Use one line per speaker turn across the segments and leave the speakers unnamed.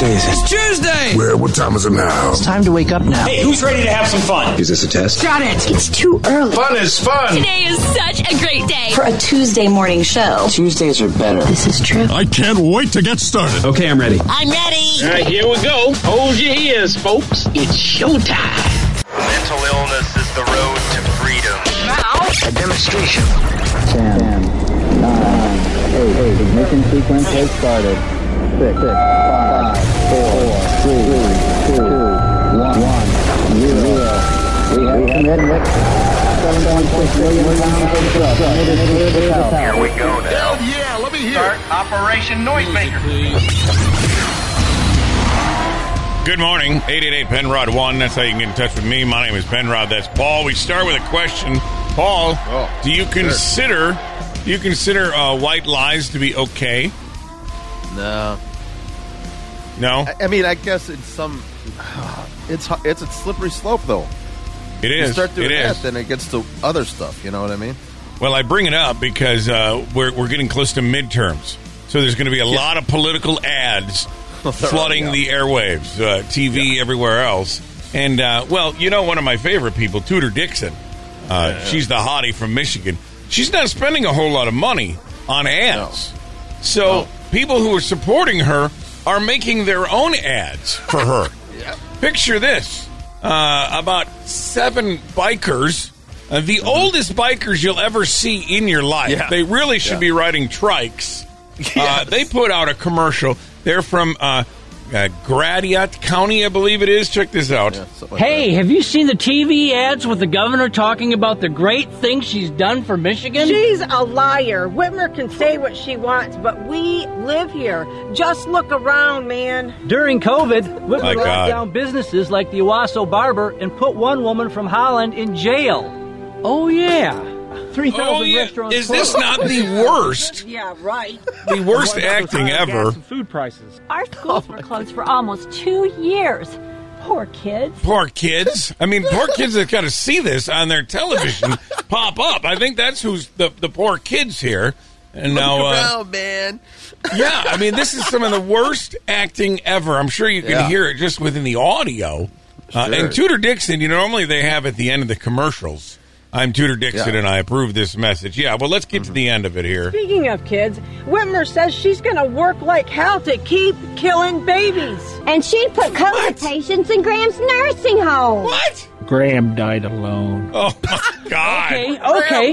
is it?
It's Tuesday!
Where? What time is it now?
It's time to wake up now.
Hey, who's ready to have some fun?
Is this a test?
Got it! It's too early.
Fun is fun.
Today is such a great day.
For a Tuesday morning show.
Tuesdays are better.
This is true.
I can't wait to get started.
Okay, I'm ready.
I'm ready.
All right, here we go. Hold your ears, folks. It's showtime.
Mental illness is the road to freedom.
Now, a demonstration.
Ten, Ten nine, eight, eight. Ignition sequence has started. Six, six, five, four, three, two, one, one, zero. We have commitment. 7.6 million pounds of drugs.
Here we go now.
Hell yeah, let me hear.
Start Operation Noisemaker.
Good morning, 888 Penrod 1. That's how you can get in touch with me. My name is Penrod. That's Paul. We start with a question. Paul,
Oh,
do you consider do you consider uh, white lies to be okay?
No.
No,
I, I mean, I guess it's some. It's hu- it's a slippery slope though.
it
You
is.
start doing
It
that,
is.
then it gets to other stuff. You know what I mean?
Well, I bring it up because uh, we're, we're getting close to midterms. So there's going to be a lot of political ads flooding
Yeah.
the airwaves, uh, TV, everywhere else. And, uh, well, you know, one of my favorite people, Tudor Dixon, uh, she's the hottie from Michigan. She's not spending a whole lot of money on ads. So people who are supporting her are making their own ads for her. Picture this uh, about seven bikers, uh, the oldest bikers you'll ever see in your life.
Mm-hmm. Yeah.
They really should
Yeah.
be riding trikes. Uh, they put out a commercial. They're from uh, uh, Gratiot County, I believe it is. Check this out.
Yeah, something like
Hey, have you seen the TV ads with the governor talking about the great things she's done for Michigan?
She's a liar. Whitmer can say what she wants, but we live here. Just look around, man.
During COVID,
My
Whitmer
God.
locked down businesses like the Owasso Barber and put one woman from Holland in jail. Oh, yeah. 3,000
Oh, yeah.
restaurants.
Is this
closed.
not the worst?
Yeah, right.
The worst
What about the
acting
high gas
ever.
and Food prices.
Our schools were closed for almost two years. Poor kids.
Poor kids. I mean, poor kids that got to see this on their television pop up. I think that's who's the, the poor kids here. And now, uh,
Oh man.
yeah, I mean, this is some of the worst acting ever. I'm sure you can
Yeah.
hear it just within the audio. Uh,
Sure.
and Tudor Dixon, you know, normally they have at the end of the commercials. I'm Tudor Dixon,
Yeah.
and I approve this message. Yeah, well, let's get to the end of it here.
Speaking of kids, Whitmer says she's going to work like hell to keep killing babies.
And she'd put COVID patients in Graham's nursing home.
What?
Graham died alone.
Oh my God!
Okay, okay.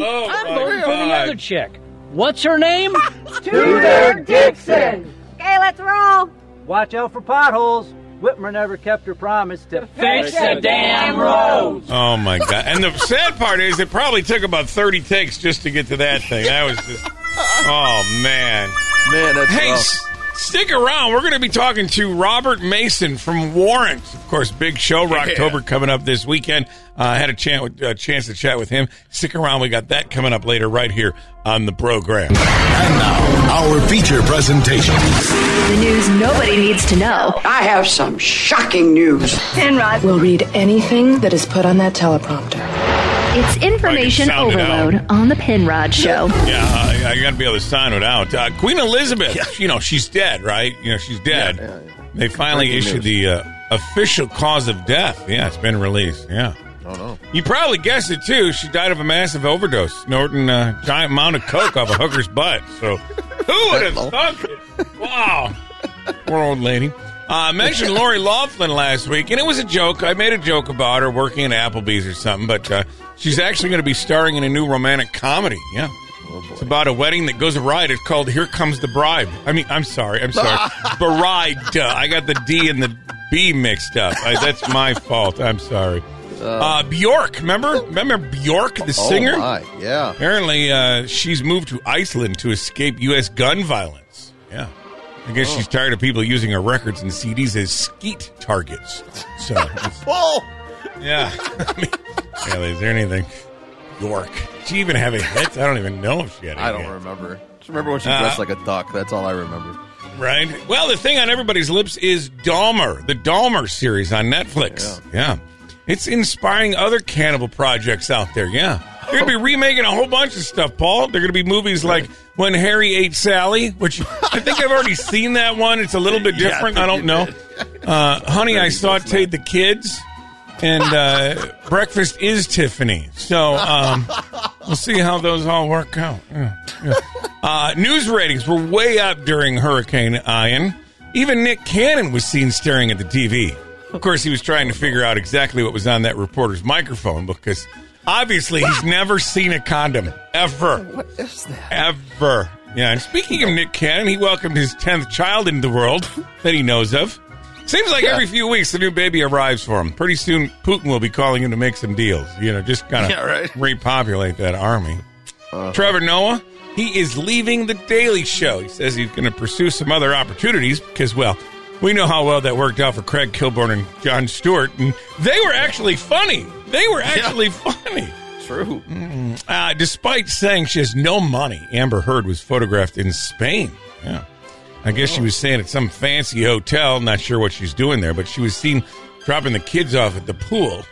Oh,
I'm
my
voting for the
God.
other chick. What's her name?
Tudor Dixon.
Okay, let's roll.
Watch out for potholes. Whitmer never kept her promise to fix the damn road.
Oh my god! And the sad part is, it probably took about thirty takes just to get to that thing. That was just, oh man.
Man, that's
Hey,
rough.
s- stick around. We're going to be talking to Robert Mason from Warrant. Of course, big show Rocktober coming up this weekend. Uh, I had a chance, with- a chance to chat with him. Stick around. We got that coming up later right here on the program.
And now, our feature presentation.
The news nobody needs to know.
I have some shocking news.
Penrod
We'll read anything that is put on that teleprompter.
It's information
sound it
overload on the Penrod Show.
Yeah, I, I got to be able to sign it out. Uh, Queen Elizabeth, you know, she's dead, right? You know, she's dead. They finally
Breaking
issued the uh, official cause of death. Yeah, it's been released. Yeah.
Oh no.
You probably guessed it too. She died of a massive overdose, snorting a giant amount of coke off a hooker's butt. So, who would have thunk it? Wow, poor old lady. Uh, I mentioned Lori Laughlin last week, and it was a joke. I made a joke about her working at Applebee's or something, but uh, she's actually going to be starring in a new romantic comedy. Yeah.
Oh,
It's about a wedding that goes awry. It's called "Here Comes the Bride." I mean, I'm sorry, I'm sorry, bride. I got the D and the B mixed up. I, that's my fault. I'm sorry. Uh, Bjork, remember? Remember Bjork, the singer?
Oh my. Yeah.
Apparently, uh, she's moved to Iceland to escape U.S. gun violence. Yeah. I guess
Oh.
she's tired of people using her records and CDs as skeet targets. So, it's-
Whoa.
yeah. I mean, yeah, is there anything? Bjork. Did she even have a hit? I don't even know if she had a
I don't
hit.
remember. Just remember when she
Uh,
dressed like a duck. That's all I remember.
Right. Well, the thing on everybody's lips is Dahmer, the Dahmer series on Netflix. Yeah. It's inspiring other cannibal projects out there. Yeah. They're going to be remaking a whole bunch of stuff, Paul. They're going to be movies like when Harry ate Sally, which I think I've already seen that one. It's a little bit
Yeah, I
different.
think
I don't
you
know.
did.
Uh, honey,
Very
I sauteed the kids, and uh, breakfast is Tiffany. So um, we'll see how those all work out. Yeah, yeah. Uh, news ratings were way up during Hurricane Ian. Even Nick Cannon was seen staring at the TV. Of course, he was trying to figure out exactly what was on that reporter's microphone because obviously he's never seen a condom ever. What is that? Ever. Yeah. And speaking of Nick Cannon, he welcomed his 10th child into the world that he knows of. Seems like
Yeah.
every few weeks the new baby arrives for him. Pretty soon Putin will be calling him to make some deals. You know, just kind of
Yeah, right. Uh-huh.
repopulate that army. Trevor Noah, he is leaving The Daily Show. He says he's going to pursue some other opportunities because, well, we know how well that worked out for Craig Kilborn and John Stewart, and they were actually funny. They were actually funny. True. Uh, despite saying she has no money, Amber Heard was photographed in Spain. Yeah. I guess she was staying at some fancy hotel. Not sure what she's doing there, but she was seen dropping the kids off at the pool.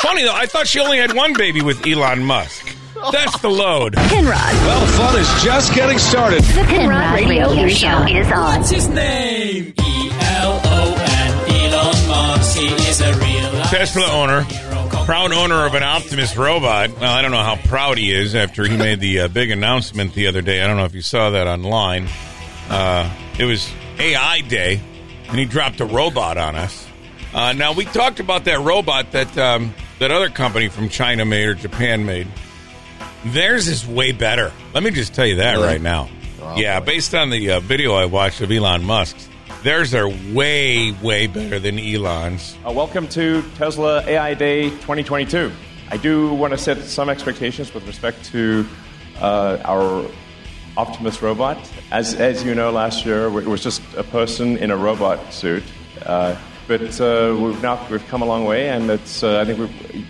Funny though, I thought she only had one baby with Elon Musk. That's the load.
Penrod.
Well, fun is just getting started.
The Penrod Radio Show is on.
What's his name? E L O N. Elon Musk. He is a real.
Tesla owner, proud owner of an Optimus robot. Well, I don't know how proud he is after he made the uh, big announcement the other day. I don't know if you saw that online. Uh, it was AI Day, and he dropped a robot on us. Uh, now we talked about that robot that um, that other company from China made or Japan made. Theirs is way better. Let me just tell you that
Really?
right now. yeah, based on the uh, video I watched of Elon Musk's, theirs are way way better than Elon's.
Uh, welcome to Tesla AI Day 2022. I do want to set some expectations with respect to uh, our Optimus robot. As, as you know, last year it was just a person in a robot suit, uh, but uh, we've now we've come a long way, and it's uh, I think we,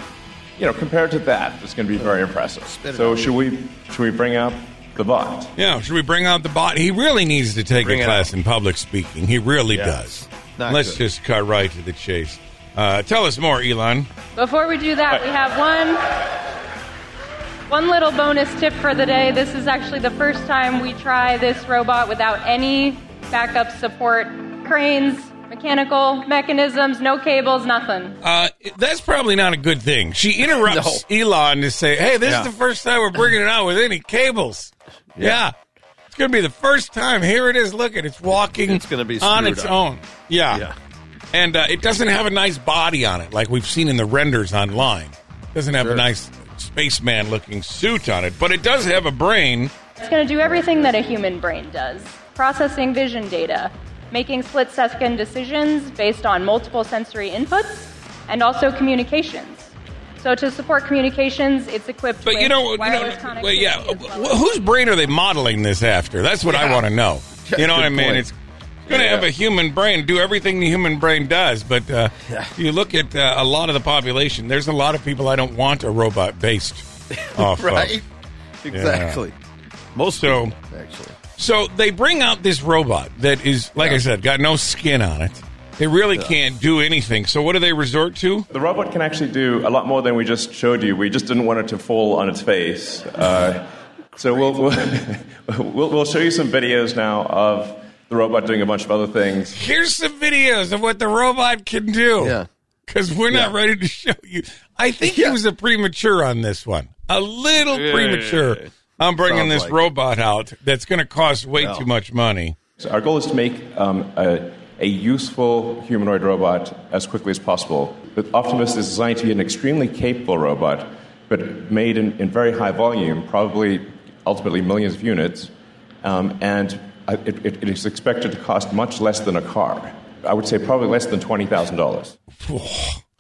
you know, compared to that, it's going to be very impressive.
it
So
out.
should we should we bring out the bot?
Yeah, should we bring out the bot? He really needs to take
Bring
a
it
class in public speaking. He really
Yeah.
does.
Not
Let's
good.
just cut right to the chase. Uh, tell us more, Elon.
Before we do that, we have one one little bonus tip for the day. This is actually the first time we try this robot without any backup support, cranes, mechanical mechanisms, no cables, nothing.
Uh, that's probably not a good thing. She interrupts Elon to say, "Hey, this
Yeah.
is the first time we're bringing it out with any cables." Yeah,
Yeah.
it's going to be the first time. Here it is. Look at it. it's walking.
It's gonna be
on
screwed
its
up.
own. Yeah.
Yeah.
and uh, it doesn't have a nice body on it like we've seen in the renders online. Doesn't have a nice spaceman looking suit on it, but it does have a brain.
It's going to do everything that a human brain does processing vision data, making split second decisions based on multiple sensory inputs, and also communications. So, to support communications, it's equipped
But
with
you know, you know
wireless connectivity.
well, yeah. wh- Whose brain are they modeling this after? That's what I want to know. You know what I
Good
mean?
point.
It's going to have a human brain do everything the human brain does. But uh, if you look at uh, a lot of the population, there's a lot of people I don't want a robot based off
right?
of.
Exactly.
Most so,
Actually,
so they bring out this robot that is, like I said, got no skin on it. They really can't do anything. So what do they resort to?
The robot can actually do a lot more than we just showed you. We just didn't want it to fall on its face. Uh, so we'll, we'll, we'll, we'll show you some videos now of the robot doing a bunch of other things.
here's some videos of what the robot can do. Yeah. Because we're not ready to show you. I think he was a premature on this one. A little
Yeah.
premature. I'm bringing
Sounds
this
like it.
robot out that's going to cost way too much money.
So our goal is to make um, a, a useful humanoid robot as quickly as possible. But Optimus is designed to be an extremely capable robot, but made in, in very high volume, probably ultimately millions of units, um, and uh, it, it, it is expected to cost much less than a car. I would say probably less than twenty thousand dollars.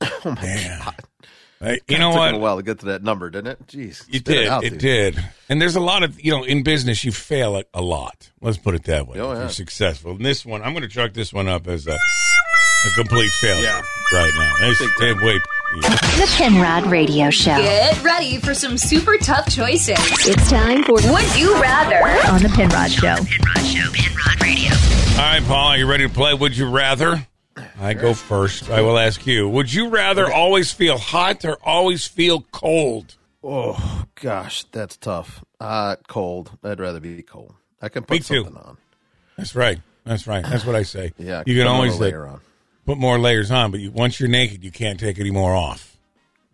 oh my god!
you know
took
what?
Him a while to get to that number, didn't it? Jeez,
It
spit
did.
out,
It,
dude.
did. And there's a lot of, you know, in business, you fail a, a lot. Let's put it that way.
Oh,
If
yeah.
You're successful. And this one, I'm going to chalk this one up as a, a complete failure
Yeah.
right now. It's, it, wait,
The Penrod Radio Show.
Get ready for some super tough choices.
It's time for
Would You Rather?
on the Penrod Show.
All right, Paul, are you ready to play Would You Rather? I go first. I will ask you Would you rather always feel hot or always feel cold?
Oh gosh, that's tough. Uh, cold. I'd rather be cold. I can put
Me too.
something on.
That's right. That's right. That's what I say.
Yeah,
you
put
can
another
always like,
layer on.
put more layers on, but you, once you're naked, you can't take any more off.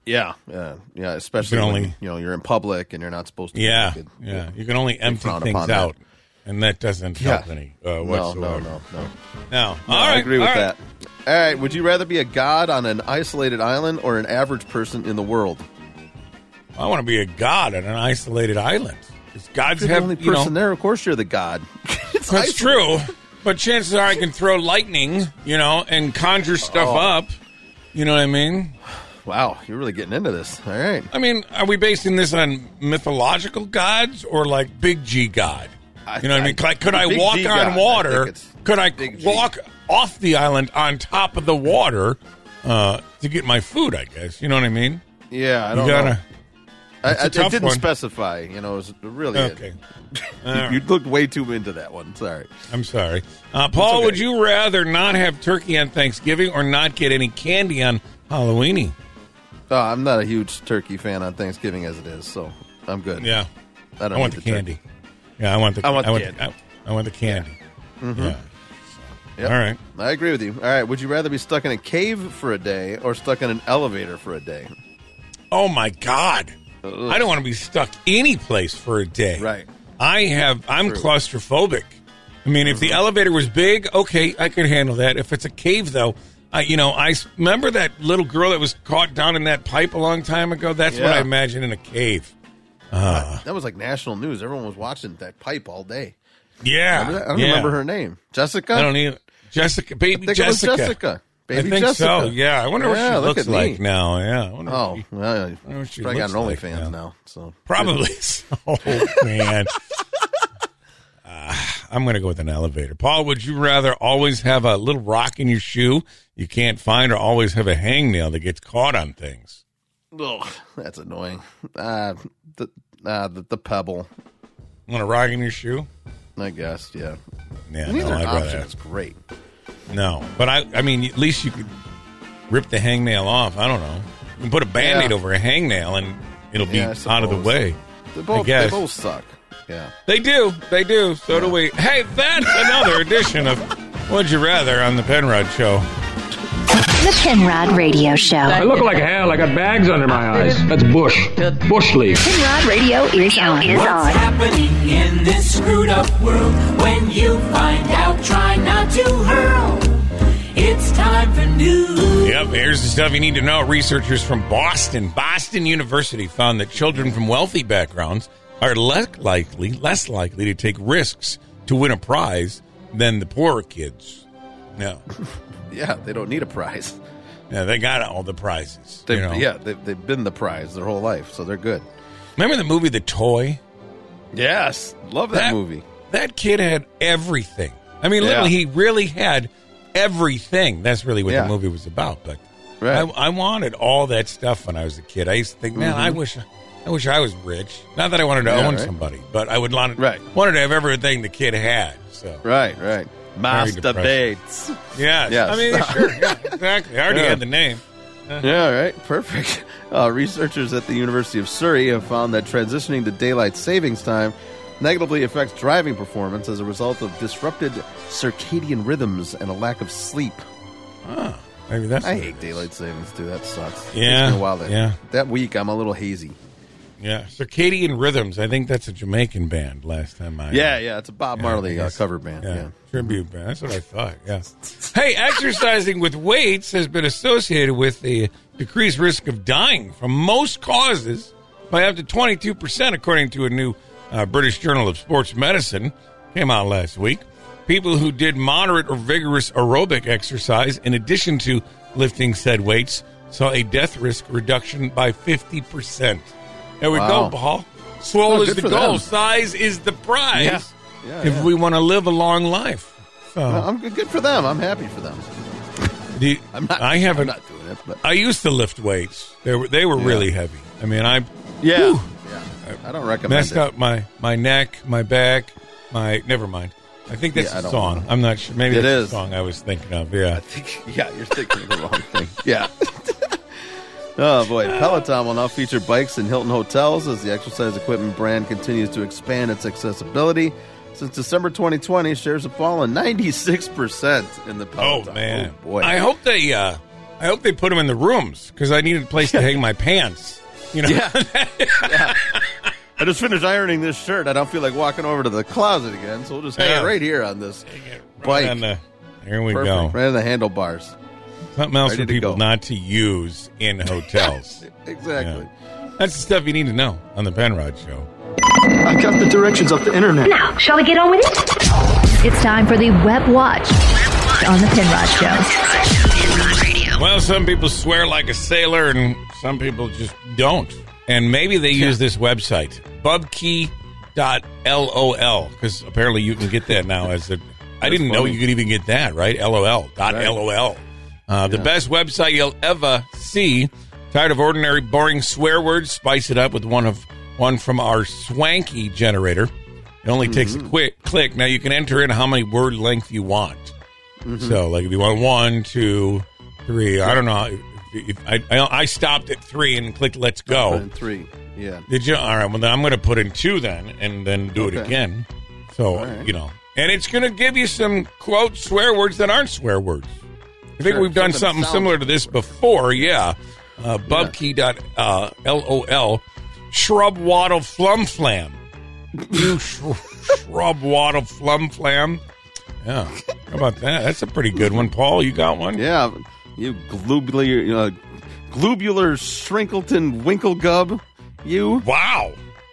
Yeah, yeah, yeah. Especially
You can
when,
only-
you know you're in public and you're not supposed to. be
Yeah,
naked.
yeah. You can only
They
empty
frown
things
upon that.
out, and that doesn't
Yeah.
help any uh,
No,
whatsoever.
no, no, no.
Now,
No,
all
I
right,
agree with
all right.
that. All right. Would you rather be a god on an isolated island or an average person in the world?
I want to be a god on an isolated island. 'Cause Gods
You're the
have
only
you know,
person there. Of course, you're the god. It's
That's
isolated.
true. But chances are I can throw lightning, you know, and conjure stuff
Oh.
up. You know what I mean?
Wow, you're really getting into this. All right.
I mean, are we basing this on mythological gods or like big G god? You know what I mean? Like, could I
Big
walk
G
on
God, I think
water?
it's
could I walk off the island on top of the water uh, to get my food? I guess. You know what I mean?
Yeah, I
You
don't
gotta-
know. I,
It's a
I, it
tough
didn't
one.
specify. You know, it was really it.
Okay.
you,
All right.
you looked way too into that one. Sorry.
I'm sorry, uh, Paul.
okay.
Would you rather not have turkey on Thanksgiving or not get any candy on Halloweeny?
Uh, I'm not a huge turkey fan on Thanksgiving as it is, so I'm good.
Yeah.
I don't
I want the
need
candy.
turkey.
Yeah, I want the.
I want the
I,
candy.
I want the candy.
Mhm.
Yeah.
Yep.
All right.
I agree with you. All right. Would you rather be stuck in a cave for a day or stuck in an elevator for a day?
Oh my God! I don't want to be stuck any place for a day. Right. I have. I'm claustrophobic. I mean,
Mm-hmm.
if the elevator was big, okay, I could handle that. If it's a cave, though, I, you know, I s- remember that little girl that was caught down in that pipe a long time ago. That's what I
Yeah.
imagine in a cave. Uh,
That was like national news. Everyone was watching that pipe all day.
yeah.
Remember that? I don't
yeah.
remember her name. Jessica?
I don't even. Jessica, baby
think it was
Jessica.
Jessica. Baby
I think so.
Jessica.
Yeah, I wonder
Yeah,
what she
look
looks
at me.
like now. Yeah. I wonder what
Oh,
she-
well,
I wonder what she
probably got an
looks like
OnlyFans
now.
now. So
Probably so, man. Ah, I'm going to go with an elevator. Paul, would you rather always have a little rock in your shoe you can't find or always have a hangnail that gets caught on things?
Ugh, that's annoying. Uh, the, uh, the the pebble,
Want a rock in your shoe?
I guess. Yeah.
Yeah,
Neither
no, I'd rather
option
have-
is great.
No. But I I mean, at least you could rip the hangnail off. I don't know. You can put a band aid
Yeah.
over a hangnail and it'll be
Yeah, I
out of the
suppose.
way.
They
I
both they
guess.
both suck. Yeah.
They do. They do. So do we. Hey, that's another edition of Would You Rather on the Penrod Show.
The Penrod Radio Show.
I look like hell. I got bags under my eyes. That's Bush. Bush League.
Penrod Radio is on. Is
What's
on.
happening in this screwed up world? When you find out, try not to hurl. It's time for news.
Yep, here's the stuff you need to know. Researchers from Boston, Boston University, found that children from wealthy backgrounds are less likely, less likely to take risks to win a prize than the poorer kids. No,
Yeah. They don't need a prize.
no, they got all the prizes.
They,
you know?
Yeah. They, they've been the prize their whole life, so they're good.
Remember the movie The Toy?
Yes. Love that, movie.
That kid had everything. I mean,
Yeah.
literally, he really had everything. That's really what
Yeah.
the movie was about. But
Right.
I, I wanted all that stuff when I was a kid. I used to think, man, I
Mhm.
wish, I wish I was rich. Not that I wanted to
Yeah,
own
right.
somebody, but I would want,
Right.
wanted to have everything the kid had. So
Right. Right. Master
depressing.
Bates.
yeah,
Yes.
I mean, sure, yeah, exactly. I already
Yeah.
had the name.
Yeah, all right, perfect. Uh, researchers at the University of Surrey have found that transitioning to daylight savings time negatively affects driving performance as a result of disrupted circadian rhythms and a lack of sleep.
Ah, maybe that's
I
what it
hate daylight savings too. That sucks. It takes
Yeah,
me a while to-
yeah.
That week I'm a little hazy.
Yeah, circadian rhythms. I think that's a Jamaican band. Last time I
Yeah, yeah, it's a Bob
Yeah,
Marley
I
uh,
guess.
cover band. Yeah.
tribute band. That's what I thought. Yeah. hey, exercising with weights has been associated with a decreased risk of dying from most causes by up to 22%, according to a new uh, British Journal of Sports Medicine. Came out last week. People who did moderate or vigorous aerobic exercise, in addition to lifting said weights, saw a death risk reduction by 50%. There we
Wow.
go, Paul. Swole
Oh,
is
good
the
for
goal.
them.
Size is the prize
Yeah. Yeah,
if
yeah.
we want to live a long life. So
Well, I'm good, good for them. I'm happy for them.
do you-
I'm not.
I Uh, haven't.
I'm not doing it, but
I used to lift weights. They were they were
Yeah.
really heavy. I mean, I
yeah,
whew,
yeah. I don't recommend
messed
it.
up my my neck, my back, my. Never mind. I think that's
Yeah, I
a
don't
song. I'm not sure. Maybe
It
that's
is.
the song I was thinking of. Yeah.
I think. Yeah, you're thinking of the wrong thing. Yeah. Oh boy, Peloton will now feature bikes in Hilton hotels as the exercise equipment brand continues to expand its accessibility. Since December 2020, shares have fallen 96% in the Peloton.
Oh
Oh,
man,
boy.
I hope they, uh, I hope they put them in the rooms because I needed a place to hang my pants. You know,
Yeah. Yeah. I just finished ironing this shirt. I don't feel like walking over to the closet again, so we'll just hang
Yeah.
it right here on this
Right
bike.
on the- here uh, we
Perfect.
go.
Right on the handlebars.
Something else
Ready
for
to
people
go.
not to use in hotels.
Exactly.
Yeah. That's the stuff you need to know on the Penrod Show.
I got the directions off the internet.
Now, shall we get on with it? It's time for the Web Watch on the Pinrod Show.
Well, some people swear like a sailor, and some people just don't. And maybe they use this website, bubkey.lol, because apparently you can get that now. As a, I didn't know
funny.
you could even get that, right? LOL. Dot
Right.
LOL. Uh, The
Yeah.
best website you'll ever see. Tired of ordinary, boring swear words? Spice it up with one of one from our swanky generator. It only takes a quick click. Now you can enter in how many word length you want. So, like, if you want one, two, three, I don't know. If, if, I, I I stopped at three and clicked "Let's go."
And three. Yeah.
Did you? All right. Well, then I'm going to put in two then, and then do it
Okay.
again. So
All right.
you know, and it's going to give you some quote swear words that aren't swear words. I think
Sure,
we've done
something
something
sounds
similar to this before. Yeah. Uh, Bubkey dot uh, lol shrub waddle flum flam. You sh- shrub waddle flum flam. Yeah. How about that? That's a pretty good one, Paul. You got one?
Yeah. You globular, uh, globular shrinkleton winkle gub. You.
Wow.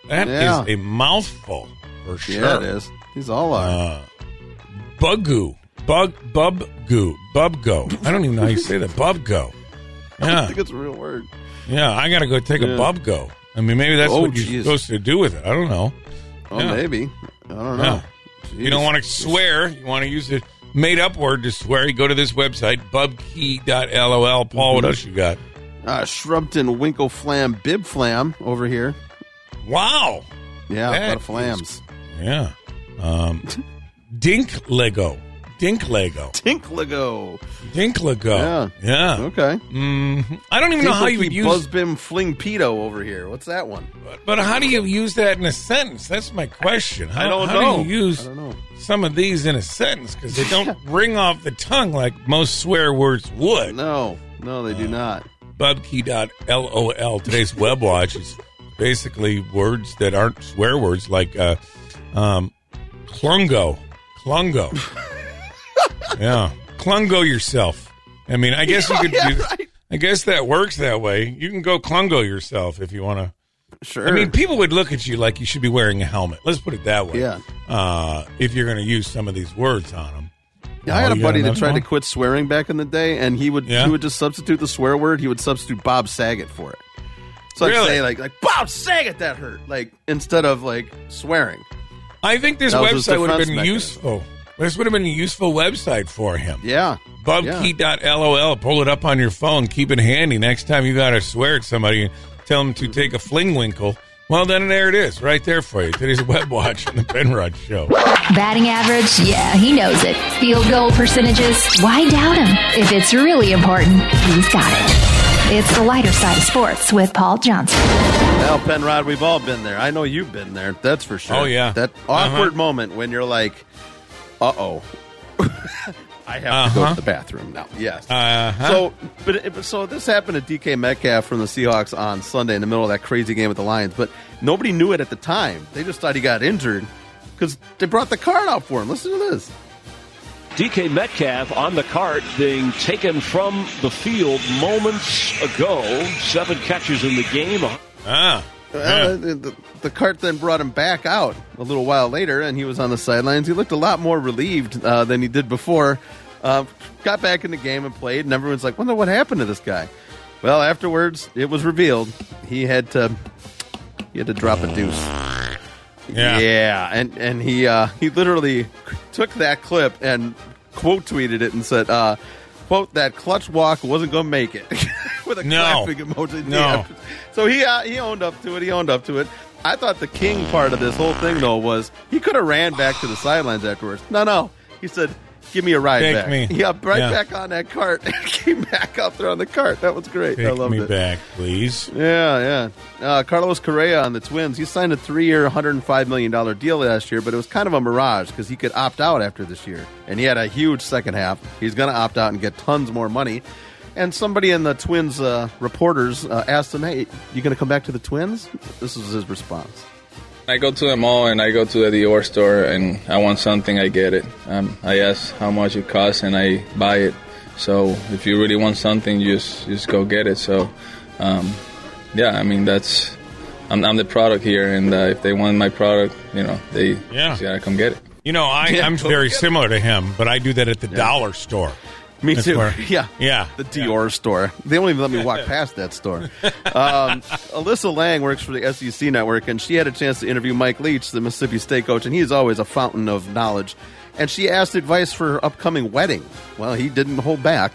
that is
Yeah.
a mouthful for sure.
Yeah, it is. These all are.
Uh, Bugoo. Bug bub goo. Bubgo. I don't even know how you say that. Bubgo.
I don't
Yeah.
think it's a real word.
Yeah. I gotta go take a
Yeah.
bubgo. I mean maybe that's
Oh,
what you're
geez.
supposed to do with it. I don't know.
Oh,
Yeah.
maybe. I don't
Yeah.
know.
You don't want to swear, you want to use a made up word to swear, you go to this website, bubkey.lol. Paul, what
Mhm.
else you got?
Uh, Shrumpton Winkle Flam Bib Flam over here.
Wow.
Yeah, a lot
That
of flams.
Yeah. Um Dink Lego. Dink Lego.
Tinklago.
Dink Lego.
Yeah.
Yeah.
Okay.
Mm, I don't even know how you would use
Buzzbim Fling Pedo over here. What's that one?
But how do you use that in a sentence? That's my question. How,
I don't
how
know.
do you use
I don't know.
some of these in a sentence? Because they don't ring off the tongue like most swear words would.
No, no, they
Uh.
do not.
Bubkey.lol. Today's web watch is basically words that aren't swear words like uh, um, clungo. Clungo. yeah. Clungo yourself. I mean, I guess you could
Yeah,
do.
right.
I guess that works that way. You can go clungo yourself if you want to.
Sure.
I mean, people would look at you like you should be wearing a helmet. Let's put it that way.
Yeah.
Uh, if you're going to use some of these words on them.
I had a buddy that tried
try
to quit swearing back in the day, and he would
Yeah?
he would just substitute the swear word. He would substitute Bob Saget for it. So I'd
Really?
say like like Bob Saget that hurt like instead of like swearing.
I think this
That was his
website would have
defense
been
mechanism.
useful. This would have been a useful website for him.
Yeah.
Bubkey.lol. Pull it up on your phone. Keep it handy next time you got to swear at somebody. Tell them to take a fling winkle. Well, then there it is, right there for you. Today's web watch on the Penrod Show.
Batting average? Yeah, he knows it. Field goal percentages? Why doubt him? If it's really important, he's got it. It's the lighter side of sports with Paul Johnson.
Well, Penrod, we've all been there. I know you've been there. That's for sure.
Oh, yeah.
That awkward moment when you're like, uh oh, I have to go
Uh-huh.
to the bathroom now. Yes.
Uh-huh.
So, but it, so this happened to DK Metcalf from the Seahawks on Sunday in the middle of that crazy game with the Lions, but nobody knew it at the time. They just thought he got injured because they brought the card out for him. Listen to this.
DK Metcalf on the cart being taken from the field moments ago. Seven catches in the game.
Ah.
Uh, the, the- the cart then brought him back out a little while later, and he was on the sidelines. He looked a lot more relieved uh, than he did before. Uh, got back in the game and played, and everyone's like, "Wonder what happened to this guy." Well, afterwards, it was revealed he had to he had to drop a deuce.
Yeah.
and and he uh, he literally took that clip and quote tweeted it and said, uh, "Quote that clutch walk wasn't going to make it." With a
No.
clapping emoji.
No.
Yeah. So he uh, he owned up to it. He owned up to it. I thought the king part of this whole thing though was he could have ran back to the sidelines afterwards. No, no. He said Give me a ride
Take
back.
me.
Yeah, right
Yeah.
back on that cart. Came back up there on the cart. That was great. I
Take
loved
me
it.
back, please.
Yeah, yeah. Uh, Carlos Correa on the Twins. He signed a three-year, $105 million deal last year, but it was kind of a mirage because he could opt out after this year. And he had a huge second half. He's going to opt out and get tons more money. And somebody in the Twins uh, reporters uh, asked him, hey, you going to come back to the Twins? This was his response.
I go to the mall and I go to the Dior store and I want something, I get it. Um, I ask how much it costs and I buy it. So if you really want something, you just you just go get it. So um, yeah, I mean that's I'm, I'm the product here, and uh, if they want my product, you know they
Yeah.
just gotta come get it.
You know, I,
Yeah,
I'm
totally
very
get it.
similar to him, but I do that at the dollar store.
Me
That's
too.
where-
yeah.
Yeah.
The Dior store. They won't even let me walk past that store. Um, Alyssa Lang works for the SEC network, and she had a chance to interview Mike Leach, the Mississippi State coach, and he's always a fountain of knowledge. And she asked advice for her upcoming wedding. Well, he didn't hold back.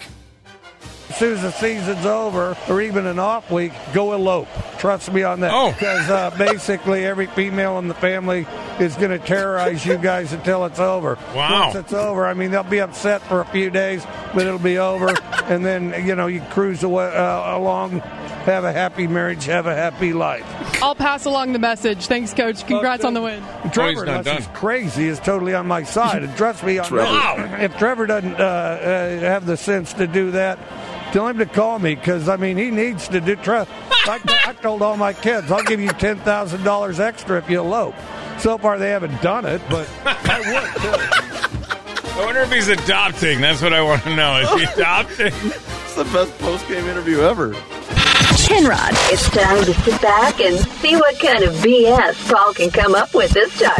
As soon as the season's over, or even an off week, go elope. Trust me on that. Oh. Because uh, basically, every female in the family is going to terrorize you guys until it's over.
Wow.
Once it's over, I mean, they'll be upset for a few days, but it'll be over. and then, you know, you cruise away, uh, along, have a happy marriage, have a happy life.
I'll pass along the message. Thanks, Coach. Congrats on the win.
Trevor, unless he's crazy, is totally on my side. And trust me, on
Trevor.
that, if Trevor doesn't uh, uh, have the sense to do that, tell him to call me because I mean he needs to do. Tr- I, I told all my kids, I'll give you ten thousand dollars extra if you elope. So far, they haven't done it, but
I wonder if he's adopting. That's what I want to know. Is he adopting?
it's the best post game interview ever.
Penrod, it's time to sit back and see what kind of BS Paul can come up with this time.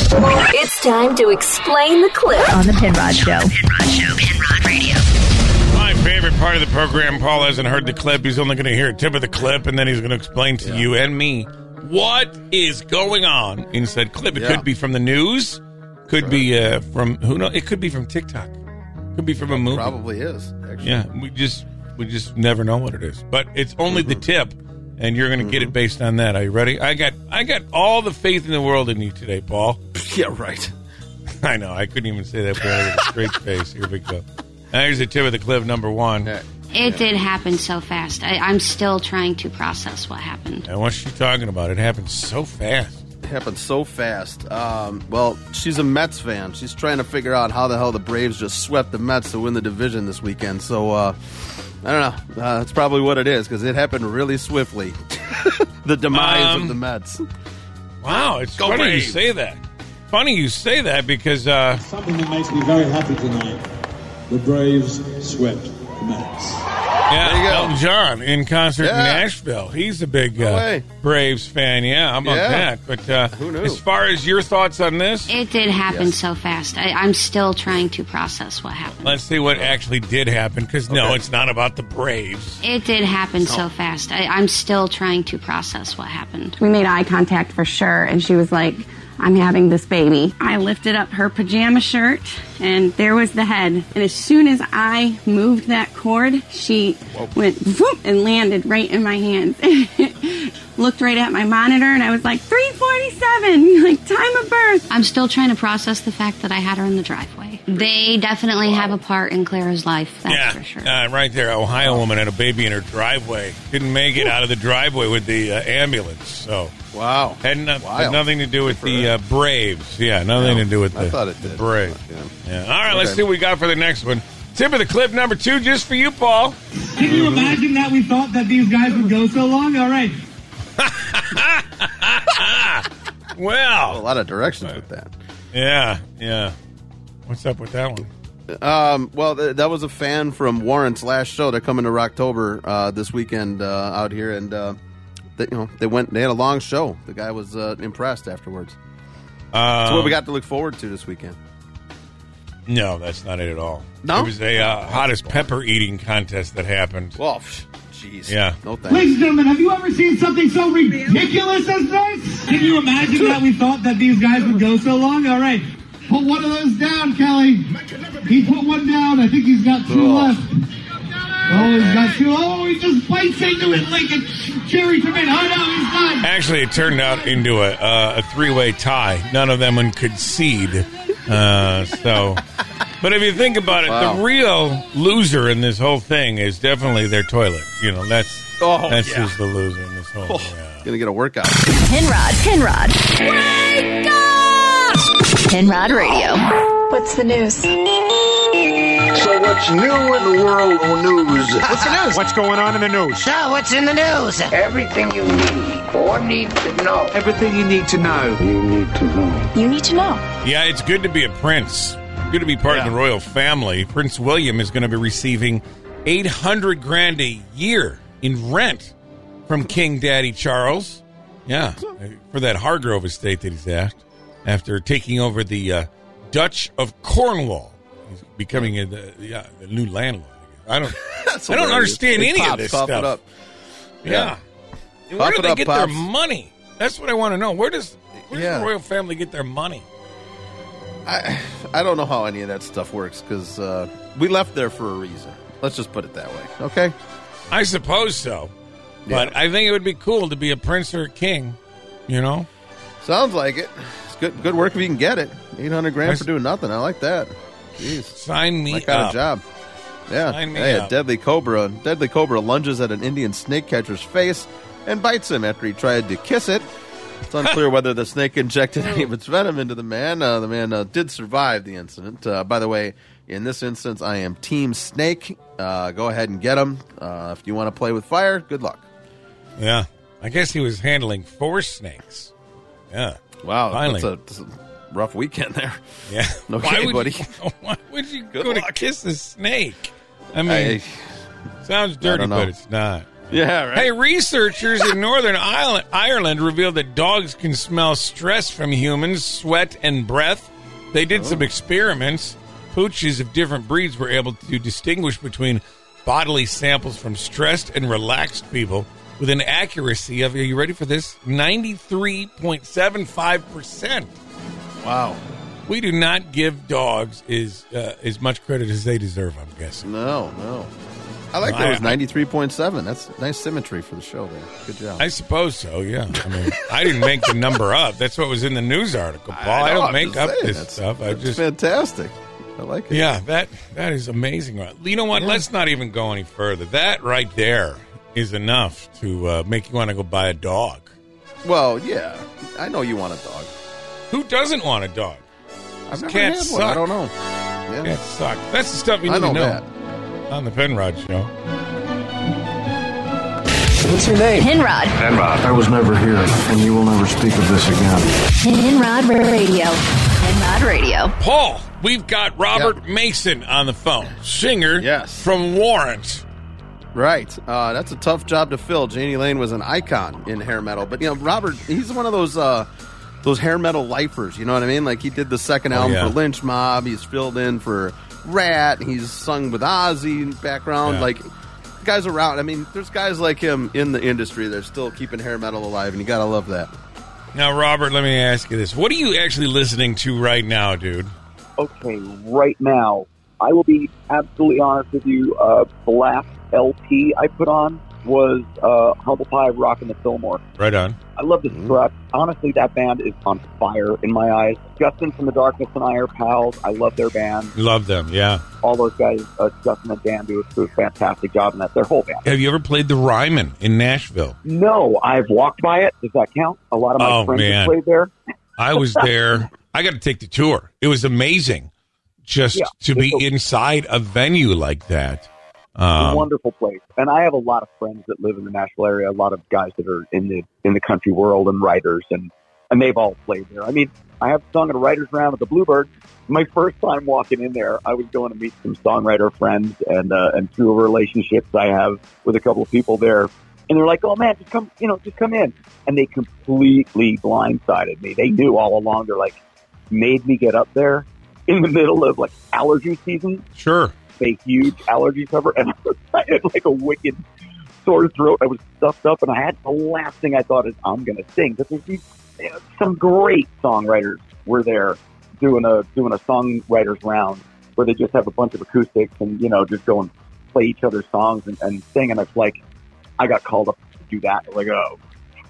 It's time to explain the clip on the Penrod Show.
My favorite part of the program, Paul hasn't heard the clip. He's only going to hear a tip of the clip, and then he's going to explain to you and me what is going on in said clip. It
Yeah.
could be from the news, could be uh, from who knows. It could be from TikTok, could be from a movie.
Probably is. Actually.
Yeah, we just we just never know what it is. But it's only the tip, and you're going to get it based on that. Are you ready? I got I got all the faith in the world in you today, Paul.
Yeah, right.
I know. I couldn't even say that word with a straight face. Here we go. Now here's the tip of the clip number one.
It did happen so fast. I, I'm still trying to process what happened.
And what's she talking about? It happened so fast.
It happened so fast. Um, well, she's a Mets fan. She's trying to figure out how the hell the Braves just swept the Mets to win the division this weekend. So uh, I don't know. Uh, that's probably what it is because it happened really swiftly. the demise
Um,
of the Mets.
Wow, it's
Go
funny you
Braves.
say that. Funny you say that because uh,
Something that makes me very happy tonight. The Braves swept the Mets.
yeah, Elton John in concert in
Yeah.
Nashville. He's a big uh,
way.
Braves fan. Yeah, how about
Yeah.
that? But uh, as far as your thoughts on this,
It did happen
Yes.
so fast. I, I'm still trying to process what happened.
let's see what actually did happen. Because no, it's not about the Braves.
It did happen so fast. I, I'm still trying to process what happened.
We made eye contact for sure, and she was like, I'm having this baby. I lifted up her pajama shirt, and there was the head. And as soon as I moved that cord, she went whoop and landed right in my hands. Looked right at my monitor, and I was like, 347, like time of birth.
I'm still trying to process the fact that I had her in the driveway. They definitely have a part in Clara's life. That's
yeah, uh, right there, Ohio woman had a baby in her driveway. Didn't make it out of the driveway with the uh, ambulance. So
wow,
had, no- had
Wild.
nothing to do with the uh, Braves. Yeah, nothing to do with the,
I thought it
the
did.
Braves. Yeah. All right, let's
Okay.
see what we got for the next one. Tip of the clip number two, just for you, Paul.
Can you imagine that we thought that these guys would go so long? All right.
Well,
a lot of directions with that.
Yeah, yeah. What's up with that one?
Um, well, th- that was a fan from Warren's last show. They're coming to Rocktober uh, this weekend uh, out here, and uh, they, you know they went. They had a long show. The guy was uh, impressed afterwards. That's
Um,
what we got to look forward to this weekend.
No, that's not it at all.
No?
it was a uh, hottest pepper eating contest that happened.
Well, jeez.
Yeah,
no thanks.
Ladies and gentlemen, have you ever seen something so ridiculous as this? Can you imagine that we thought that these guys would go so long? All right. Put one of those down, Kelly. He put one down. I think he's got two
Oh.
left. Oh, he's got two. Oh, he just bites into it like a ch- cherry tomato. Oh, no, he's not.
Actually, it turned out into a, uh, a three way tie. None of them could concede. Uh, so
But if you think about it,
Wow.
the real loser in this whole thing is definitely their toilet. You know, that's
Oh,
that's
yeah. Oh.
who's the loser in this whole.
Gonna get a workout.
Penrod, Penrod. Wake up! Penrod Radio.
What's the news?
So what's new in the world of news? What's the news?
What's going on in the news?
So what's in the news? Everything you need or need to know. Everything you need to know. You need to know.
You need to know.
Yeah, it's good to be a prince. Good to be part of the royal family. Prince William is going to be receiving 800 grand a year in rent from King Daddy Charles. Yeah, for that Hargrove estate that he's at after taking over the uh, Dutch of Cornwall. He's becoming a, the, yeah, the new landlord. I don't I don't understand any of this stuff. Yeah.
Yeah.
Where
Pop
do
it
they
up,
get
Pops.
their money? That's what I want to know. Where does where does
Yeah.
the royal family get their money?
I, I don't know how any of that stuff works because uh, we left there for a reason. Let's just put it that way. Okay.
I suppose so. But I think it would be cool to be a prince or a king, you know?
Sounds like it. It's good good work if you can get it. Eight hundred grand
Nice.
for doing nothing. I like that. Jeez.
Sign me
My kind
up.
of job. Yeah.
Sign me
hey, a
up.
deadly cobra. Deadly cobra lunges at an Indian snake catcher's face and bites him after he tried to kiss it. It's unclear whether the snake injected any of its venom into the man. Uh, the man uh, did survive the incident. Uh, by the way, in this instance, I am Team Snake. Uh, go ahead and get him. Uh, if you want to play with fire, good luck.
Yeah. I guess he was handling four snakes. Yeah.
Wow,
Finally.
that's a, that's a rough weekend there.
Yeah.
Okay,
would
buddy.
You, why would you
Good
go to
luck.
kiss a snake? I mean, sounds
I
dirty,
don't know.
but it's not.
Yeah, right.
Hey, researchers in Northern Ireland, Ireland revealed that dogs can smell stress from humans, sweat, and breath. They did some experiments. Pooches of different breeds were able to distinguish between bodily samples from stressed and relaxed people with an accuracy of, are you ready for this? 93.75%.
Wow.
We do not give dogs as, uh, as much credit as they deserve, I'm guessing.
No, no. I like that it was ninety three point seven. That's nice symmetry for the show there. Good job.
I suppose so. Yeah. I mean, I didn't make the number up. That's what was in the news article, Paul. I,
know,
don't
I'm
make
just
up
saying,
this
that's-
stuff. I
that's
just
fantastic. I like it.
yeah. That that is amazing. You know what? Let's not even go any further. That right there is enough to uh, make you want to go buy a dog.
Well, yeah. I know you want a dog.
Who doesn't want a dog?
I've never
Cats
had one. I
suck.
don't know. Yeah.
That sucks. That's the stuff you need
I know
to know
that.
on the Penrod Show.
What's your name?
Penrod.
Penrod. I was never here, and you will never speak of this again.
Penrod Radio. Penrod Radio.
Paul, we've got Robert Mason on the phone, singer
Yes.
from Warrant.
Right. Uh, that's a tough job to fill. Janie Lane was an icon in hair metal, but you know, Robert, he's one of those uh, those hair metal lifers. You know what I mean? Like he did the second
Oh,
album
yeah.
for Lynch Mob. He's filled in for Rat. He's sung with Ozzy in background.
Yeah.
Like guys around. I mean, there's guys like him in the industry. that are still keeping hair metal alive, and you gotta love that.
Now, Robert, let me ask you this: What are you actually listening to right now, dude?
okay, right now, I will be absolutely honest with you. Uh, the last LP I put on was uh, Humble Pie Rockin' the Fillmore.
Right on.
I love this crap. Honestly, that band is on fire in my eyes. Justin from the Darkness and I are pals. I love their band.
Love them, yeah.
All those guys, uh, Justin and Dan, do a do a fantastic job, and that's their whole band.
Have you ever played the Ryman in Nashville?
No, I've walked by it. Does that count? A lot of my
Oh,
friends
man.
have played there.
I was there. I got to take the tour. It was amazing just
Yeah.
to be inside a venue like that. Um,
wonderful place. And I have a lot of friends that live in the Nashville area, a lot of guys that are in the in the country world and writers and and they've all played there. I mean, I have sung at a writers round at the Bluebird. My first time walking in there, I was going to meet some songwriter friends and uh, and through relationships I have with a couple of people there. And they're like, "Oh man, just come, you know, just come in." And they completely blindsided me. They knew all along. They're like, made me get up there in the middle of like allergy season.
Sure.
A huge allergy cover, and I had like a wicked sore throat. I was stuffed up, and I had the last thing I thought is I'm going to sing. But there's these, uh, some great songwriters were there doing a doing a songwriters round where they just have a bunch of acoustics and you know just go and play each other's songs and, and sing. And it's like I got called up to do that. Like oh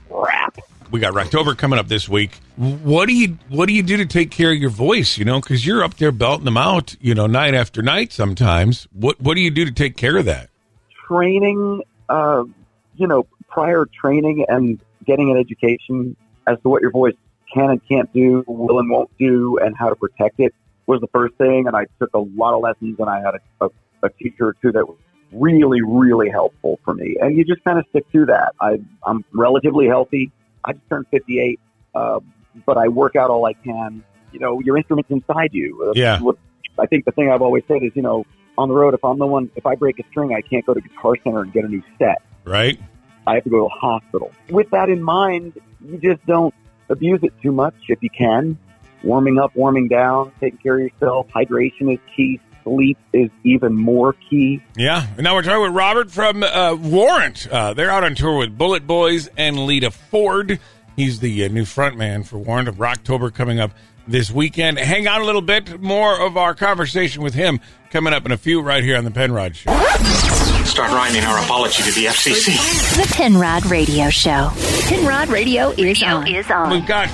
crap.
We got Rocktober coming up this week. What do you What do you do to take care of your voice? You know, because you're up there belting them out, you know, night after night. Sometimes, what What do you do to take care of that?
Training, uh, you know, prior training and getting an education as to what your voice can and can't do, will and won't do, and how to protect it was the first thing. And I took a lot of lessons, and I had a, a, a teacher or two that was really, really helpful for me. And you just kind of stick to that. I, I'm relatively healthy. I just turned 58, uh, but I work out all I can. You know, your instrument's inside you. That's
Yeah.
What, I think the thing I've always said is, you know, on the road, if I'm the one, if I break a string, I can't go to Guitar Center and get a new set.
Right.
I have to go to the hospital. With that in mind, you just don't abuse it too much if you can. Warming up, warming down, taking care of yourself. Hydration is key. Sleep is even more key.
Yeah. And now we're talking with Robert from uh, Warrant. Uh, they're out on tour with Bullet Boys and Lita Ford. He's the uh, new frontman for Warrant of Rocktober coming up this weekend. Hang on a little bit. More of our conversation with him coming up in a few right here on the Penrod Show.
Start writing our apology to the FCC.
The Penrod Radio Show. Penrod Radio is on. Is
We've got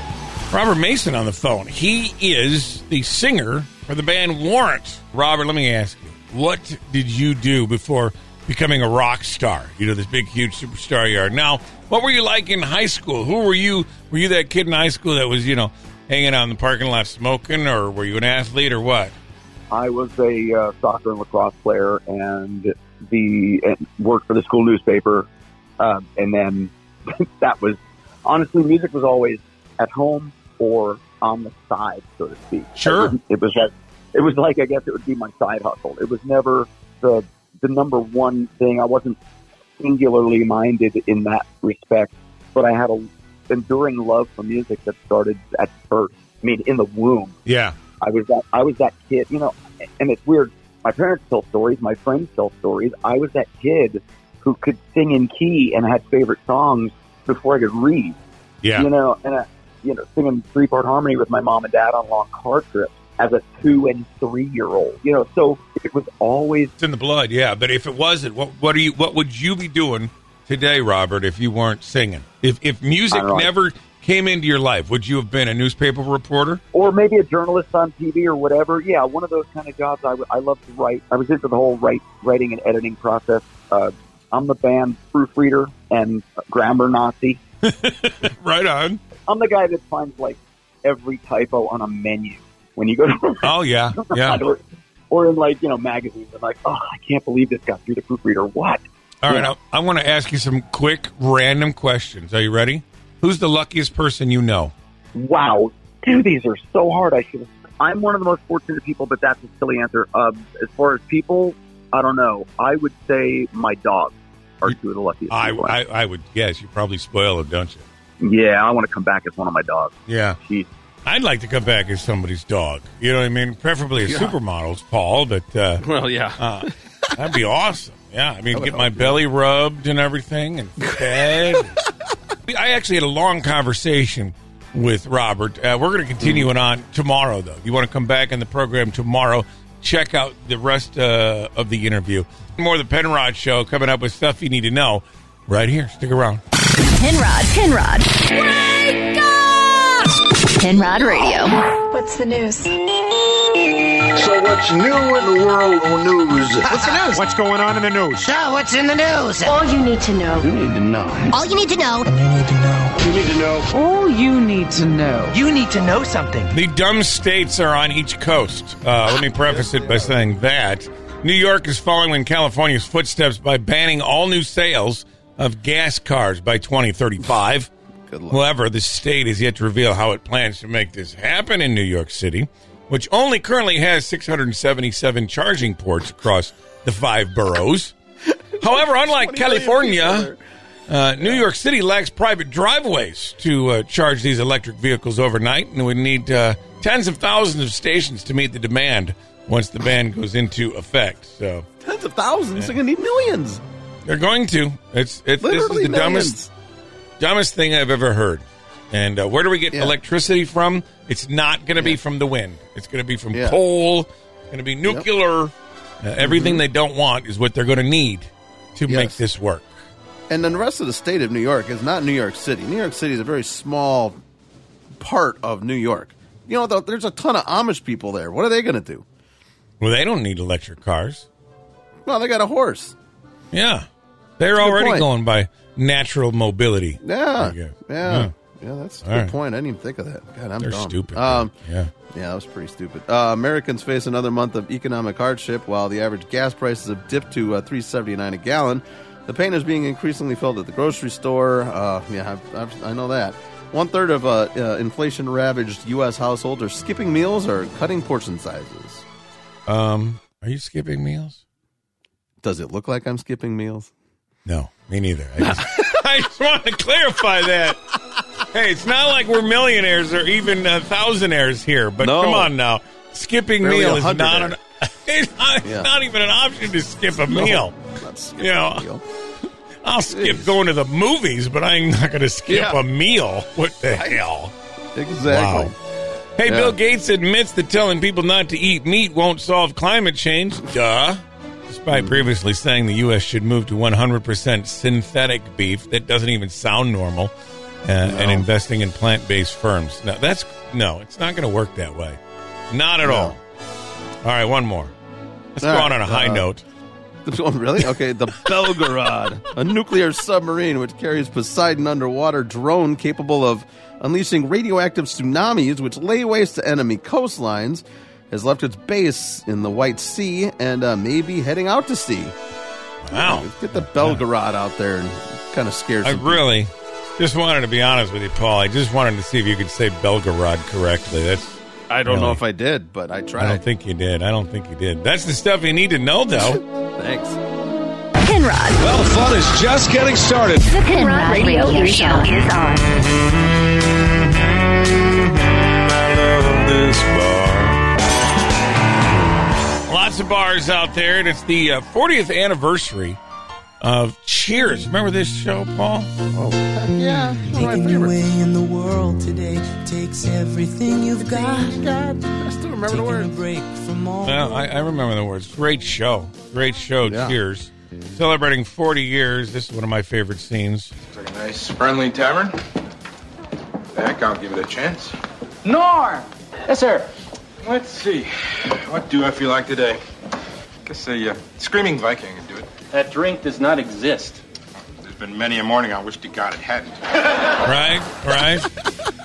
Robert Mason on the phone. He is the singer for the band Warrant. Robert, let me ask you, what did you do before becoming a rock star? You know, this big, huge superstar you are now. What were you like in high school? Who were you? Were you that kid in high school that was, you know, hanging out in the parking lot smoking, or were you an athlete, or what?
I was a uh, soccer and lacrosse player, and the and worked for the school newspaper, uh, and then that was honestly music was always at home or on the side, so to speak. Sure, it was like it was like I guess it would be my side hustle. It was never the the number one thing. I wasn't singularly minded in that respect, but I had a enduring love for music that started at birth. I mean, in the womb.
Yeah.
I was that I was that kid, you know, and it's weird. My parents tell stories, my friends tell stories. I was that kid who could sing in key and had favorite songs before I could read.
Yeah.
You know, and I, you know, singing three part harmony with my mom and dad on long car trips as a two and three year old. You know, so it was always
It's in the blood, yeah. But if it wasn't, what what are you? What would you be doing today, Robert, if you weren't singing? If if music
I don't know.
never came into your life, would you have been a newspaper reporter?
or maybe a journalist on TV or whatever. Yeah, one of those kind of jobs. I, w- I love to write. I was into the whole write, writing and editing process. Uh, I'm the band proofreader and grammar Nazi.
right on.
I'm the guy that finds like every typo on a menu when you go to.
Oh yeah, yeah.
Or, or in like you know magazines. I'm like, oh, I can't believe this got through the proofreader. What?
All right, I, I want to ask you some quick random questions. Are you ready? Who's the luckiest person you know?
Wow, dude, these are so hard. I should. I'm one of the most fortunate people, but that's a silly answer. Um, as far as people, I don't know. I would say my dogs are two of the luckiest.
I,
people.
I I would guess you probably spoil them, don't you?
yeah, I want to come back as one of my dogs.
Yeah. I'd like to come back as somebody's dog. You know what I mean? Preferably a
Yeah.
supermodel's, Paul, but. Uh,
Oh,
Well, yeah.
uh, that'd be awesome. Yeah. I mean,
That would
get my
help, yeah.
belly rubbed and everything and fed. I actually had a long conversation with Robert. Uh, we're going to
Hmm.
continue it on tomorrow, though. If you want to come back in the program tomorrow, check out the rest uh, of the interview. More of the Penrod Show coming up with stuff you need to know right here. Stick around.
Penrod, Penrod. Wake up! Penrod Radio.
What's the news?
So what's new in the world of news? What's the news? What's going on in the news?
So, what's in the news? All you need to know.
You need to know.
All you need to know.
You need to know.
All you need to know. You need to know something.
The dumb states are on each coast. Uh, let me preface it by saying that New York is following in California's footsteps by banning all new sales of gas cars by 2035. However, the state has yet to reveal how it plans to make this happen in New York City, which only currently has 677 charging ports across the five boroughs. However, unlike California, uh, New York City lacks private driveways to uh, charge these electric vehicles overnight, and would need uh, tens of thousands of stations to meet the demand once the ban goes into effect. So
Tens of thousands. They're going to need millions.
they're going to. It's it's this
Literally
is the dumbest dumbest thing I've ever heard. And uh, where do we get
Yeah.
electricity from? It's not going to be from the wind. It's going to be from
Yeah.
coal. It's going to be
Mm-hmm.
nuclear. Uh, everything they don't want is what they're going to need to make this work.
And then the rest of the state of New York is not New York City. New York City is a very small part of New York. You know, though, there's a ton of Amish people there. What are they going to do?
Well, they don't need electric cars.
Well, they got a horse.
Yeah. They're
That's a good
already
point.
going by natural mobility.
Yeah.
There you
Yeah.
go.
Yeah. that's a
All
good
right.
point. I didn't even think of that. God, I'm
They're
dumb.
stupid,
Um,
yeah.
Yeah, that was pretty stupid. Uh, Americans face another month of economic hardship while the average gas prices have dipped to uh, 3.79 a gallon. The pain is being increasingly felt at the grocery store. Uh, yeah, I, I, I know that. One third of uh, uh, inflation ravaged U.S. households are skipping meals or cutting portion sizes.
Um, are you skipping meals?
Does it look like I'm skipping meals?
No, me neither. I just, I just want to clarify that. Hey, it's not like we're millionaires or even uh, thousandaires here, but
No.
come on now. Skipping
Barely
meal
a
is
hundred
not
there.
an it's not, it's
Yeah.
not even an option to skip a
No,
meal.
not skipping
You know,
a meal.
I'll skip going to the movies, but I'm not going to skip
Yeah.
a meal. What the
Right?
hell?
Exactly.
Wow. Hey,
Yeah.
Bill Gates admits that telling people not to eat meat won't solve climate change. Duh. Despite
Hmm.
previously saying the U.S. should move to 100% synthetic beef, that doesn't even sound normal, uh, and investing in plant based firms. No, that's, no, it's not going to work that way. Not at all. All right, one more. Let's
All
go
right,
on on a high
uh,
note.
Oh, really? Okay, the Belgorod, a nuclear submarine which carries Poseidon underwater drone capable of unleashing radioactive tsunamis which lay waste to enemy coastlines, has left its base in the White Sea and uh, may be heading out to sea.
Wow.
Let's get the Belgorod out there and kind of scare
I
some
really just wanted to be honest with you, Paul. I just wanted to see if you could say Belgorod correctly. That's
I don't know
really-
if I did, but I
I
tried.
don't think you did. I don't think you did. That's the stuff you need to know, though.
Thanks.
Penrod.
Well, fun is just getting started.
The Penrod Radio is on.
Lots of bars out there, and it's the uh, 40th anniversary of Cheers. Remember this show, Paul? Oh,
yeah.
Making your way in the world today takes everything you've got. I
still
remember Taking the word. A break from all
Well, I, I remember the words. Great show. Great show.
Yeah.
Cheers. Celebrating 40 years. This is one of my favorite scenes.
Like a nice, friendly tavern. Heck, I'll give it a chance.
Norm! Yes, sir.
Let's see. What do I feel like today? Guess a uh, screaming Viking would do it.
That drink does not exist.
There's been many a morning I wish to God it hadn't.
Right? Right?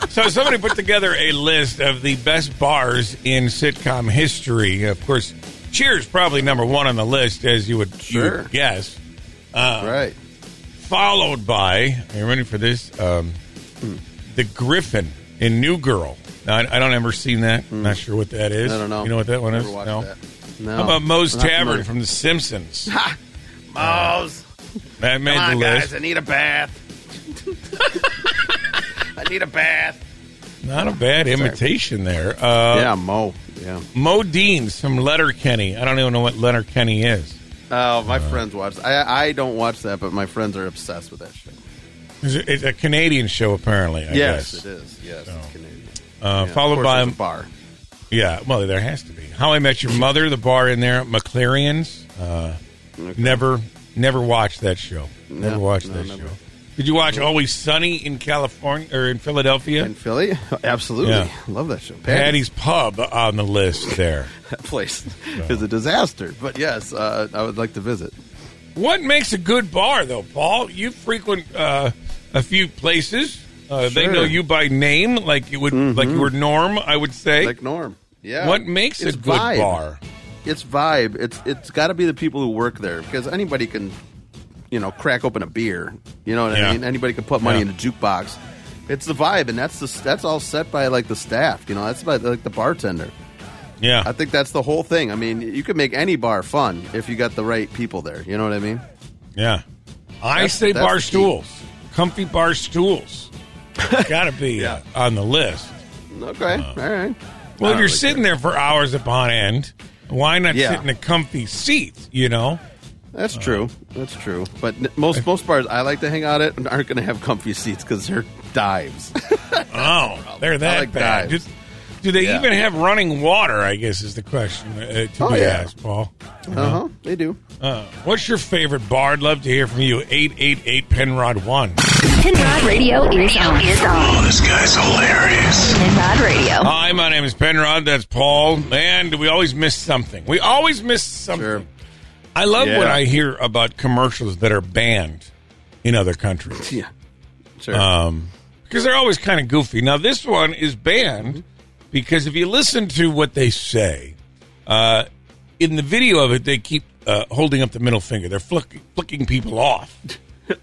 so somebody put together a list of the best bars in sitcom history. Of course, Cheers probably number one on the list, as you would, you would
Sure.
guess. Uh,
right.
Followed by, are you ready for this? Um,
Hmm.
the Griffin in New Girl. Now, I, I don't ever seen that. Not sure what that is.
Hmm. I don't know.
You know what that one
Never
is?
watched that. No.
How about Moe's
Not
Tavern
familiar.
from The Simpsons?
Moe's.
That made the list.
need a bath. I need a bath.
Not a bad
Sorry.
imitation there. Uh,
yeah, Mo. Yeah.
Mo Deans from Letterkenny. I don't even know what Letterkenny is.
Oh, my friends watch. I I don't watch that, but my friends are obsessed with that show.
It's a, it's a Canadian show, apparently. I
yes,
guess.
it is. Yes, it's Canadian.
Uh,
Yeah,
followed
of course
by
there's a bar.
Yeah, well, there has to be. How I Met Your Mother, the bar in there, McLarians. Uh, Never, never watched that show. Never
No,
watched
no,
that
never.
show. Did you watch Always Sunny in California or in Philadelphia?
In Philly, absolutely
Yeah.
love that show.
Patty's Pub on the list there.
that place is a disaster, but yes, uh, I would like to visit.
What makes a good bar, though, Paul? You frequent uh, a few places. Uh, They
Sure. Mm-hmm.
know you by name, like you would, like you were Norm. I would say,
Like Norm. Yeah.
What makes
It's
a good
vibe.
bar?
It's vibe. It's it's got to be the people who work there because anybody can, you know, crack open a beer. You know what
Yeah.
I mean? Anybody can put money
Yeah.
in a jukebox. It's the vibe, and that's the that's all set by like the staff. You know, that's by like the bartender.
Yeah,
I think that's the whole thing. I mean, you can make any bar fun if you got the right people there. You know what I mean?
Yeah. I
That's-
say
that's
bar
the key.
stools, comfy bar stools. Got to be uh, on the list.
Okay.
Uh.
all right.
Well,
I
if you're
like
sitting there for hours upon end, why not
Yeah.
sit in a comfy seat? You know,
That's
Uh.
true. That's true. But n- most most bars I like to hang out at aren't
Uh-huh.
going to have comfy seats because they're dives.
oh, they're that
like
bad.
dives.
Just Do they
Yeah.
even have running water? I guess is the question uh, to
Oh,
be
yeah.
asked, Paul.
Uh huh. They do.
Uh, what's your favorite bar? I'd love to hear from you. 888 Penrod 1.
Penrod Radio is on. Oh,
this guy's hilarious.
Penrod Radio.
Hi, my name is Penrod. That's Paul. And we always miss something. We always miss something. I love
Yeah.
when I hear about commercials that are banned in other countries.
Yeah. Sure.
Um, because they're always kind of goofy. Now, this one is banned because if you listen to what they say, uh, in the video of it, they keep uh, holding up the middle finger. They're flick- flicking people off.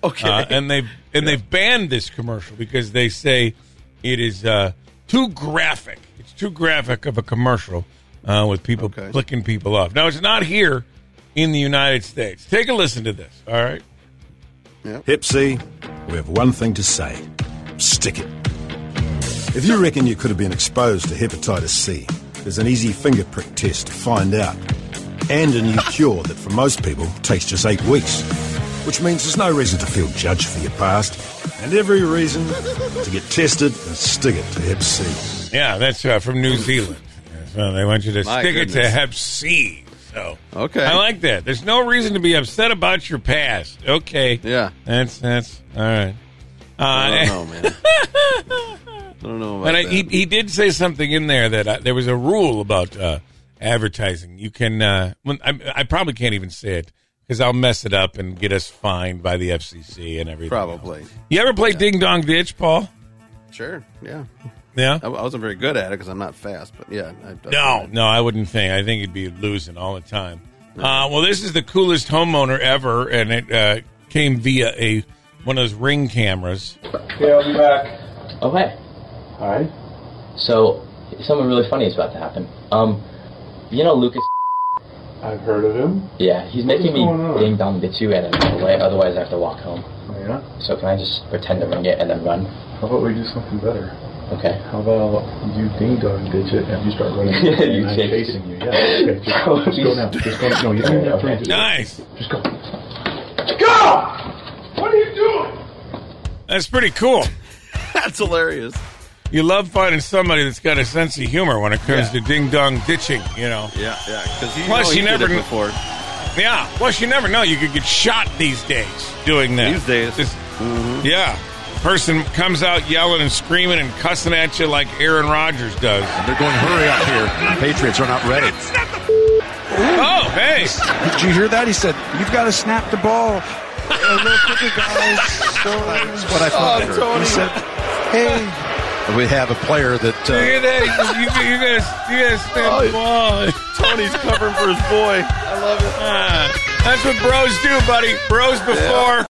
okay. and they and they've banned this commercial because they say it is uh, too graphic. It's too graphic of a commercial uh, with people flicking people off. Now, it's not here in the United States. Take a listen to this, all right?
Hipsy, we have one thing to say. Stick it. If you reckon you could have been exposed to hepatitis C, there's an easy finger prick test to find out. And a new cure that for most people takes just eight weeks. Which means there's no reason to feel judged for your past, and every reason to get tested and stick it to Hep C.
Yeah, that's uh, from New Zealand. So they want you to
My
stick it to
goodness.
Hep C. So
Okay.
I like that. There's no reason to be upset about your past. Okay. Yeah. That's that's all right. Uh,
I don't know, man. I don't know about
But I,
that.
he he did say something in there that uh there was a rule about uh, advertising. You can uh, when, I, I probably can't even say it because I'll mess it up and get us fined by the FCC and everything.
Probably.
else. You ever play Ding Dong Ditch, Paul?
Sure. Yeah.
Yeah.
I, I wasn't very good at it because I'm not fast, but yeah. I, I,
No, no, I wouldn't think. I think he'd be losing all the time. Uh, well, this is the coolest homeowner ever, and it uh, came via a one of those ring cameras.
Okay, I'll be back. Okay. All right. So, something really funny is about to happen. Um, you know Lucas. I've heard of him. Yeah, he's
What
making
is
me
going on? Oh,
ding dong ditch you at another way. Otherwise, I have to walk home.
Yeah?
So can I just pretend to ring it and then run?
How about we do something better?
Okay.
How about you ding dong digit and you start running?
Yeah,
and
you
I'm
chase-
chasing you. Yeah. Okay, just, just go now. Just go now. No, you don't have to
Okay.
do that.
Nice.
Just go.
What are you doing?
That's pretty cool.
that's hilarious.
You love finding somebody that's got a sense of humor when it comes to ding dong ditching. You know.
Yeah, yeah. oh, Because
Plus, you never kn-
before.
Yeah. Plus, you never know. You could get shot these days doing that. These days.
Mm-hmm.
Yeah. Person comes out yelling and screaming and cussing at you like Aaron Rodgers does. They're going hurry up here. Patriots are not ready. Oh, hey.
Did you hear that? He said, You've got to snap the ball. a little quicker, guys. So, That's
what I
Oh,
thought I heard. He said,
Hey,
We have a player that.
You hear
Uh,
that? You, you, you guys, you guys stand
Oh,
the ball. Tony's Ah, covering for his boy. I love it. that's what bros do, buddy. Bros before.